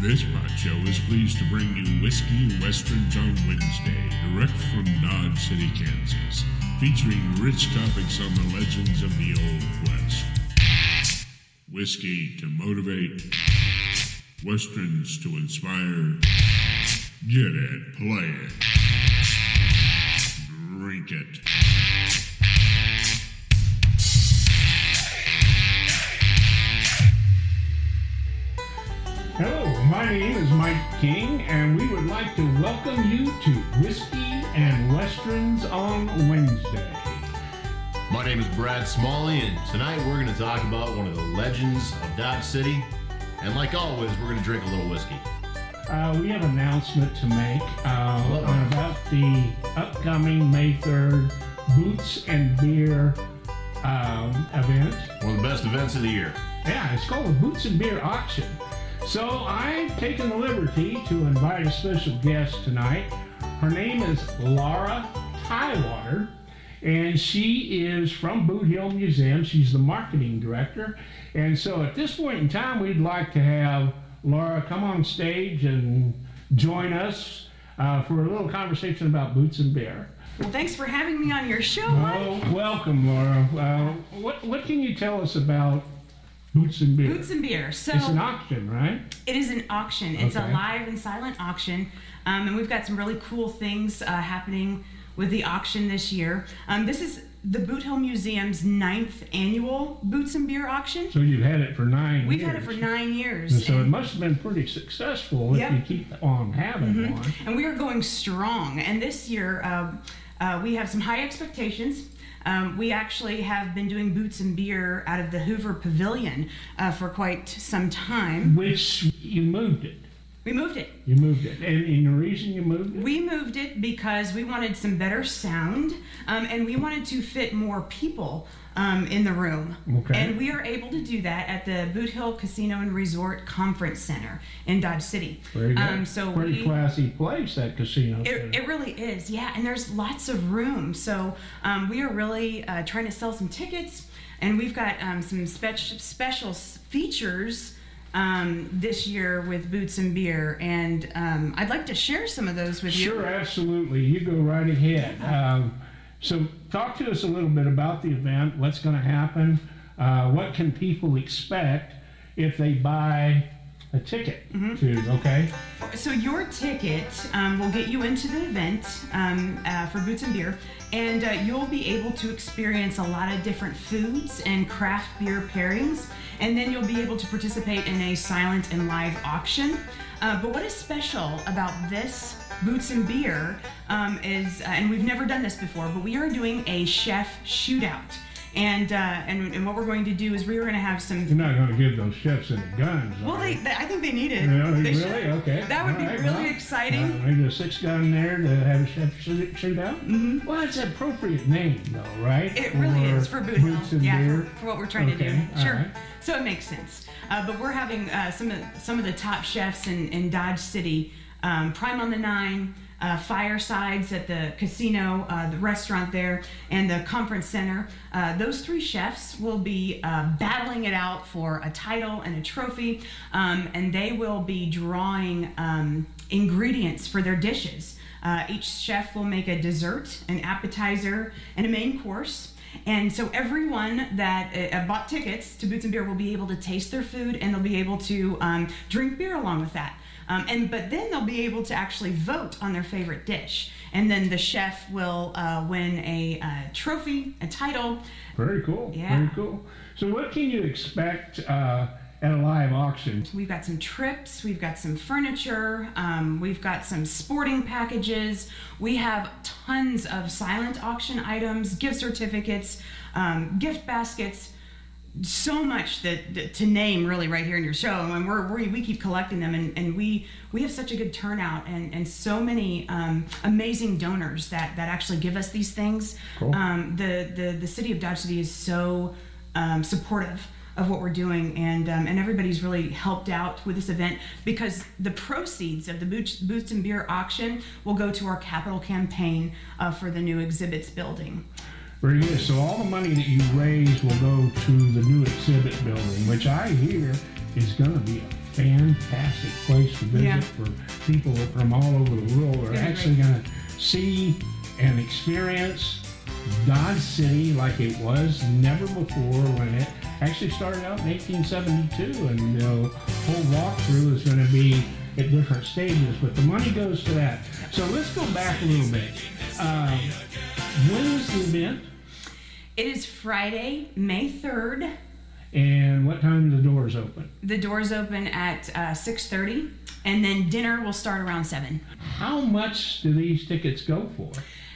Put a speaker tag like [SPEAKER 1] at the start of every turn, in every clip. [SPEAKER 1] This pot show is pleased to bring you Whiskey Westerns on Wednesday, direct from Dodge City, Kansas, featuring rich topics on the legends of the Old West. Whiskey to motivate, Westerns to inspire. Get it, play it, drink it.
[SPEAKER 2] Hello, my name is Mike King, and we would like to welcome you to Whiskey and Westerns on Wednesday.
[SPEAKER 3] My name is Brad Smalley, and tonight we're going to talk about one of the legends of Dodge City. And like always, we're going to drink a little whiskey.
[SPEAKER 2] Uh, we have an announcement to make uh,
[SPEAKER 3] Hello.
[SPEAKER 2] on about the upcoming May 3rd Boots and Beer um, event.
[SPEAKER 3] One of the best events of the year.
[SPEAKER 2] Yeah, it's called the Boots and Beer Auction. So I've taken the liberty to invite a special guest tonight. Her name is Laura Tywater, and she is from Boot Hill Museum. She's the marketing director. And so at this point in time, we'd like to have Laura come on stage and join us uh, for a little conversation about boots and beer.
[SPEAKER 4] Well, thanks for having me on your show, Mike.
[SPEAKER 2] Well, welcome, Laura. Uh, what, what can you tell us about boots and beer?
[SPEAKER 4] Boots and beer. So
[SPEAKER 2] It's an auction, right?
[SPEAKER 4] it is an auction. It's
[SPEAKER 2] Okay.
[SPEAKER 4] a live and silent auction, um, and we've got some really cool things uh, happening with the auction this year. Um, this is the Boot Hill Museum's ninth annual Boots and Beer auction.
[SPEAKER 2] So you've had it for 9
[SPEAKER 4] We've
[SPEAKER 2] years.
[SPEAKER 4] had it for nine years.
[SPEAKER 2] And so it
[SPEAKER 4] and-
[SPEAKER 2] must have been pretty successful
[SPEAKER 4] Yep. Mm-hmm.
[SPEAKER 2] if you keep on having one.
[SPEAKER 4] and we are going strong. And this year, um, uh, we have some high expectations. Um, we actually have been doing boots and beer out of the Hoover Pavilion uh, for quite some time.
[SPEAKER 2] Which you moved it.
[SPEAKER 4] We moved it.
[SPEAKER 2] You moved it. And, and the reason you moved it?
[SPEAKER 4] We moved it because we wanted some better sound um, and we wanted to fit more people um, in the room.
[SPEAKER 2] Okay.
[SPEAKER 4] And we are able to do that at the Boot Hill Casino and Resort Conference Center in Dodge City.
[SPEAKER 2] Very good.
[SPEAKER 4] Um, so
[SPEAKER 2] pretty
[SPEAKER 4] we,
[SPEAKER 2] classy place that casino.
[SPEAKER 4] it, it really is, yeah. And there's lots of room. So um, we are really uh, trying to sell some tickets, and we've got um, some spe- special s- features um, this year with Boots and Beer. And um, I'd like to share some of those with you.
[SPEAKER 2] Sure, absolutely. You go right ahead. Um, so talk to us a little bit about the event, what's going to happen, uh, what can people expect if they buy a ticket
[SPEAKER 4] Mm-hmm.
[SPEAKER 2] to, okay?
[SPEAKER 4] So your ticket um, will get you into the event um, uh, for Boots and Beer, and uh, you'll be able to experience a lot of different foods and craft beer pairings, and then you'll be able to participate in a silent and live auction. Uh, but what is special about this Boots and Beer um, is, uh, and we've never done this before, but we are doing a chef shootout. And, uh, and, and what we're going to do is we are going to have some
[SPEAKER 2] You're not going to give those chefs any guns.
[SPEAKER 4] well,
[SPEAKER 2] are
[SPEAKER 4] they,
[SPEAKER 2] you?
[SPEAKER 4] they, I think they need it.
[SPEAKER 2] Yeah,
[SPEAKER 4] They
[SPEAKER 2] really?
[SPEAKER 4] should.
[SPEAKER 2] Okay.
[SPEAKER 4] That would
[SPEAKER 2] All
[SPEAKER 4] be
[SPEAKER 2] right,
[SPEAKER 4] really
[SPEAKER 2] well,
[SPEAKER 4] exciting.
[SPEAKER 2] Uh, maybe a six gun there to have a chef shoot, shoot out. Mm-hmm. Well, it's an appropriate name, though, right?
[SPEAKER 4] It really is for boot
[SPEAKER 2] boots
[SPEAKER 4] hill.
[SPEAKER 2] and
[SPEAKER 4] Yeah,
[SPEAKER 2] beer.
[SPEAKER 4] for, for what we're trying
[SPEAKER 2] Okay,
[SPEAKER 4] to do.
[SPEAKER 2] all
[SPEAKER 4] Sure.
[SPEAKER 2] right.
[SPEAKER 4] So it makes sense. Uh, but we're having uh, some of some of the top chefs in, in Dodge City, um, Prime on the Nine, uh, Firesides at the casino, uh, the restaurant there, and the conference center. Uh, those three chefs will be uh, battling it out for a title and a trophy, um, and they will be drawing um, ingredients for their dishes. Uh, each chef will make a dessert, an appetizer, and a main course. And so everyone that uh, bought tickets to Boots and Beer will be able to taste their food, and they'll be able to um, drink beer along with that. Um, and but then they'll be able to actually vote on their favorite dish, and then the chef will uh, win a uh, trophy, a title.
[SPEAKER 2] Very cool.
[SPEAKER 4] Yeah.
[SPEAKER 2] Very cool. So, what can you expect uh, at a live auction?
[SPEAKER 4] We've got some trips, we've got some furniture, um, we've got some sporting packages. We have tons of silent auction items, gift certificates, um, gift baskets. So much that, that to name really right here in your show, and we're, we we keep collecting them, and, and we we have such a good turnout, and, and so many um, amazing donors that, that actually give us these things.
[SPEAKER 2] Cool.
[SPEAKER 4] Um, the, the the city of Dodge City is so um, supportive of what we're doing, and um, and everybody's really helped out with this event because the proceeds of the boots, boots and beer auction will go to our capital campaign uh, for the new exhibits building.
[SPEAKER 2] Very good. So, all the money that you raise will go to the new exhibit building, which I hear is going to be a fantastic place to visit
[SPEAKER 4] Yeah.
[SPEAKER 2] for people from all over the world are
[SPEAKER 4] Yeah,
[SPEAKER 2] actually going to see and experience Dodge City like it was never before when it actually started out in 1872. And the whole walkthrough is going to be at different stages, but the money goes to that. So let's go back a little bit. Um, when is the event?
[SPEAKER 4] It is Friday, May 3rd.
[SPEAKER 2] And what time the doors open?
[SPEAKER 4] The doors open at uh, 6.30 and then dinner will start around 7.
[SPEAKER 2] How much do these tickets go for?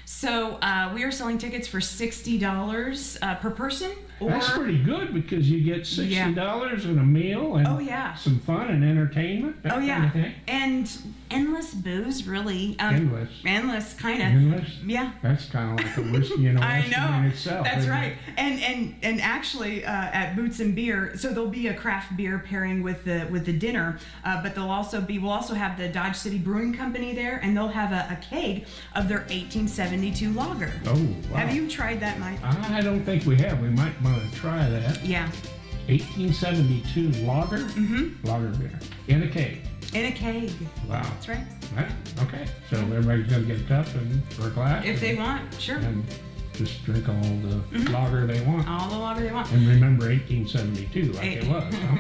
[SPEAKER 4] So uh, we are selling tickets for $60 uh, per person or
[SPEAKER 2] That's pretty good because you get sixty dollars and a meal and
[SPEAKER 4] Oh, yeah.
[SPEAKER 2] some fun and entertainment. That
[SPEAKER 4] Oh
[SPEAKER 2] kind
[SPEAKER 4] yeah,
[SPEAKER 2] of thing.
[SPEAKER 4] and endless booze, really. Um,
[SPEAKER 2] Endless.
[SPEAKER 4] endless, kind of.
[SPEAKER 2] Endless.
[SPEAKER 4] Yeah.
[SPEAKER 2] That's kind of like a whiskey and a
[SPEAKER 4] I
[SPEAKER 2] western
[SPEAKER 4] know.
[SPEAKER 2] in itself.
[SPEAKER 4] That's
[SPEAKER 2] isn't it?
[SPEAKER 4] right. And and and actually, uh, at Boots and Beer, so there'll be a craft beer pairing with the with the dinner, uh, but they'll also be we'll also have the Dodge City Brewing Company there, and they'll have a, a keg of their 1872 lager.
[SPEAKER 2] Oh wow.
[SPEAKER 4] Have you tried that, Mike?
[SPEAKER 2] I don't think we have. We might want to try that.
[SPEAKER 4] Yeah,
[SPEAKER 2] 1872 lager, mm-hmm. lager beer in a cake.
[SPEAKER 4] in a keg.
[SPEAKER 2] Wow.
[SPEAKER 4] That's right.
[SPEAKER 2] Right? Okay. So everybody's gonna get a cup and or a glass.
[SPEAKER 4] If they
[SPEAKER 2] and,
[SPEAKER 4] want, sure,
[SPEAKER 2] and just drink all the
[SPEAKER 4] Mm-hmm.
[SPEAKER 2] lager they want.
[SPEAKER 4] all the lager they want.
[SPEAKER 2] And remember 1872 like it
[SPEAKER 4] Eh.
[SPEAKER 2] was. Huh?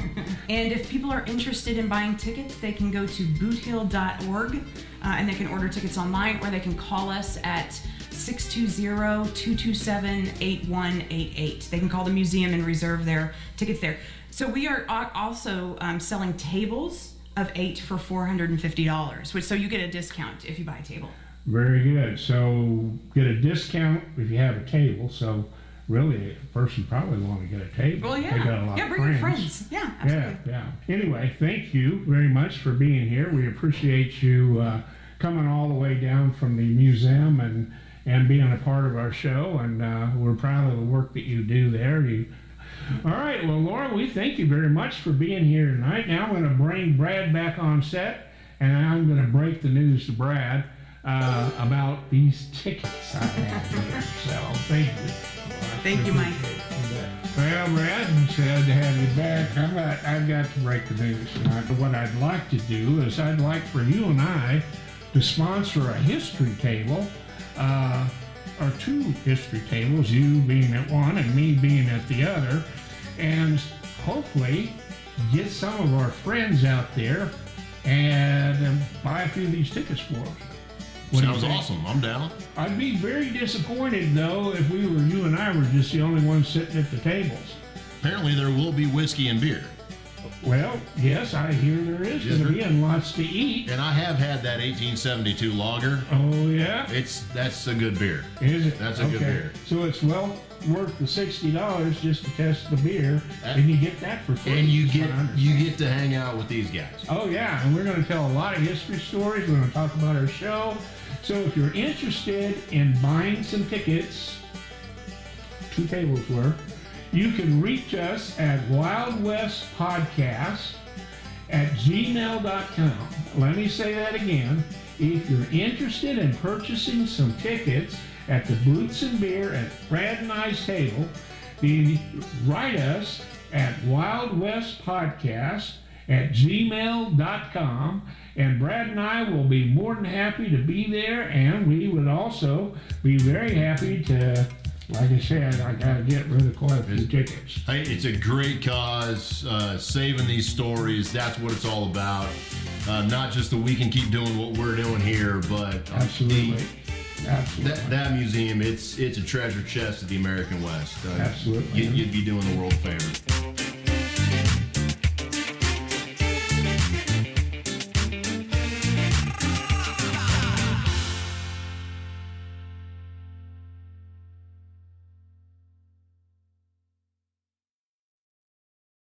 [SPEAKER 4] And if people are interested in buying tickets, they can go to boothill.org uh, and they can order tickets online or they can call us at 620-227-8188. They can call the museum and reserve their tickets there. So we are al- also um, selling tables of 8 for $450, which so you get a discount if you buy a table.
[SPEAKER 2] Very good. So get a discount if you have a table. So really, a person probably want to get a table.
[SPEAKER 4] Well,
[SPEAKER 2] They got a
[SPEAKER 4] yeah.
[SPEAKER 2] lot
[SPEAKER 4] Yeah,
[SPEAKER 2] of
[SPEAKER 4] bring your
[SPEAKER 2] friends.
[SPEAKER 4] friends. Yeah, absolutely.
[SPEAKER 2] Yeah, yeah. Anyway, thank you very much for being here. We appreciate you uh, coming all the way down from the museum and and being a part of our show. And uh, we're proud of the work that you do there. You. All right. Well, Laura, we thank you very much for being here tonight. Now I'm going to bring Brad back on set, and I'm going to break the news to Brad uh, about these tickets I have here. So thank you.
[SPEAKER 4] Thank you, Mike.
[SPEAKER 2] Well, Brad, I'm sad to have you back. I'm not, I've got to break the news tonight. What I'd like to do is I'd like for you and I to sponsor a history table, uh, or two history tables, you being at one and me being at the other, and hopefully get some of our friends out there and um, buy a few of these tickets for us. What do you
[SPEAKER 3] Sounds
[SPEAKER 2] think?
[SPEAKER 3] awesome. I'm down.
[SPEAKER 2] I'd be very disappointed though if we were you and I were just the only ones sitting at the tables.
[SPEAKER 3] Apparently, there will be whiskey and beer.
[SPEAKER 2] Well, yes, I hear there is going
[SPEAKER 3] Yes,
[SPEAKER 2] to
[SPEAKER 3] sir.
[SPEAKER 2] be and lots to eat.
[SPEAKER 3] And I have had that 1872 lager.
[SPEAKER 2] Oh yeah,
[SPEAKER 3] It's that's a good beer.
[SPEAKER 2] is it?
[SPEAKER 3] That's a good beer.
[SPEAKER 2] So it's well worth the sixty dollars just to test the beer,
[SPEAKER 3] That-
[SPEAKER 2] and you get that for free.
[SPEAKER 3] And you
[SPEAKER 2] is
[SPEAKER 3] get
[SPEAKER 2] what I understand.
[SPEAKER 3] you get to hang out with these guys.
[SPEAKER 2] Oh, yeah, and we're going to tell a lot of history stories. We're going to talk about our show. So if you're interested in buying some tickets, two tables worth, you can reach us at Wild West Podcast at gmail.com. Let me say that again. If you're interested in purchasing some tickets at the Boots and Beer at Brad and I's table, then write us at Wild West Podcast at gmail.com and Brad and I will be more than happy to be there and we would also be very happy to like I said, I gotta get rid of quite a few tickets.
[SPEAKER 3] Hey, it's a great cause. Uh, saving these stories, that's what it's all about. Uh, not just that we can keep doing what we're doing here, but uh,
[SPEAKER 2] Absolutely.
[SPEAKER 3] the-
[SPEAKER 2] Absolutely.
[SPEAKER 3] that, that museum, it's it's a treasure chest of the American West. Uh,
[SPEAKER 2] Absolutely.
[SPEAKER 3] You, you'd be doing the world a favor.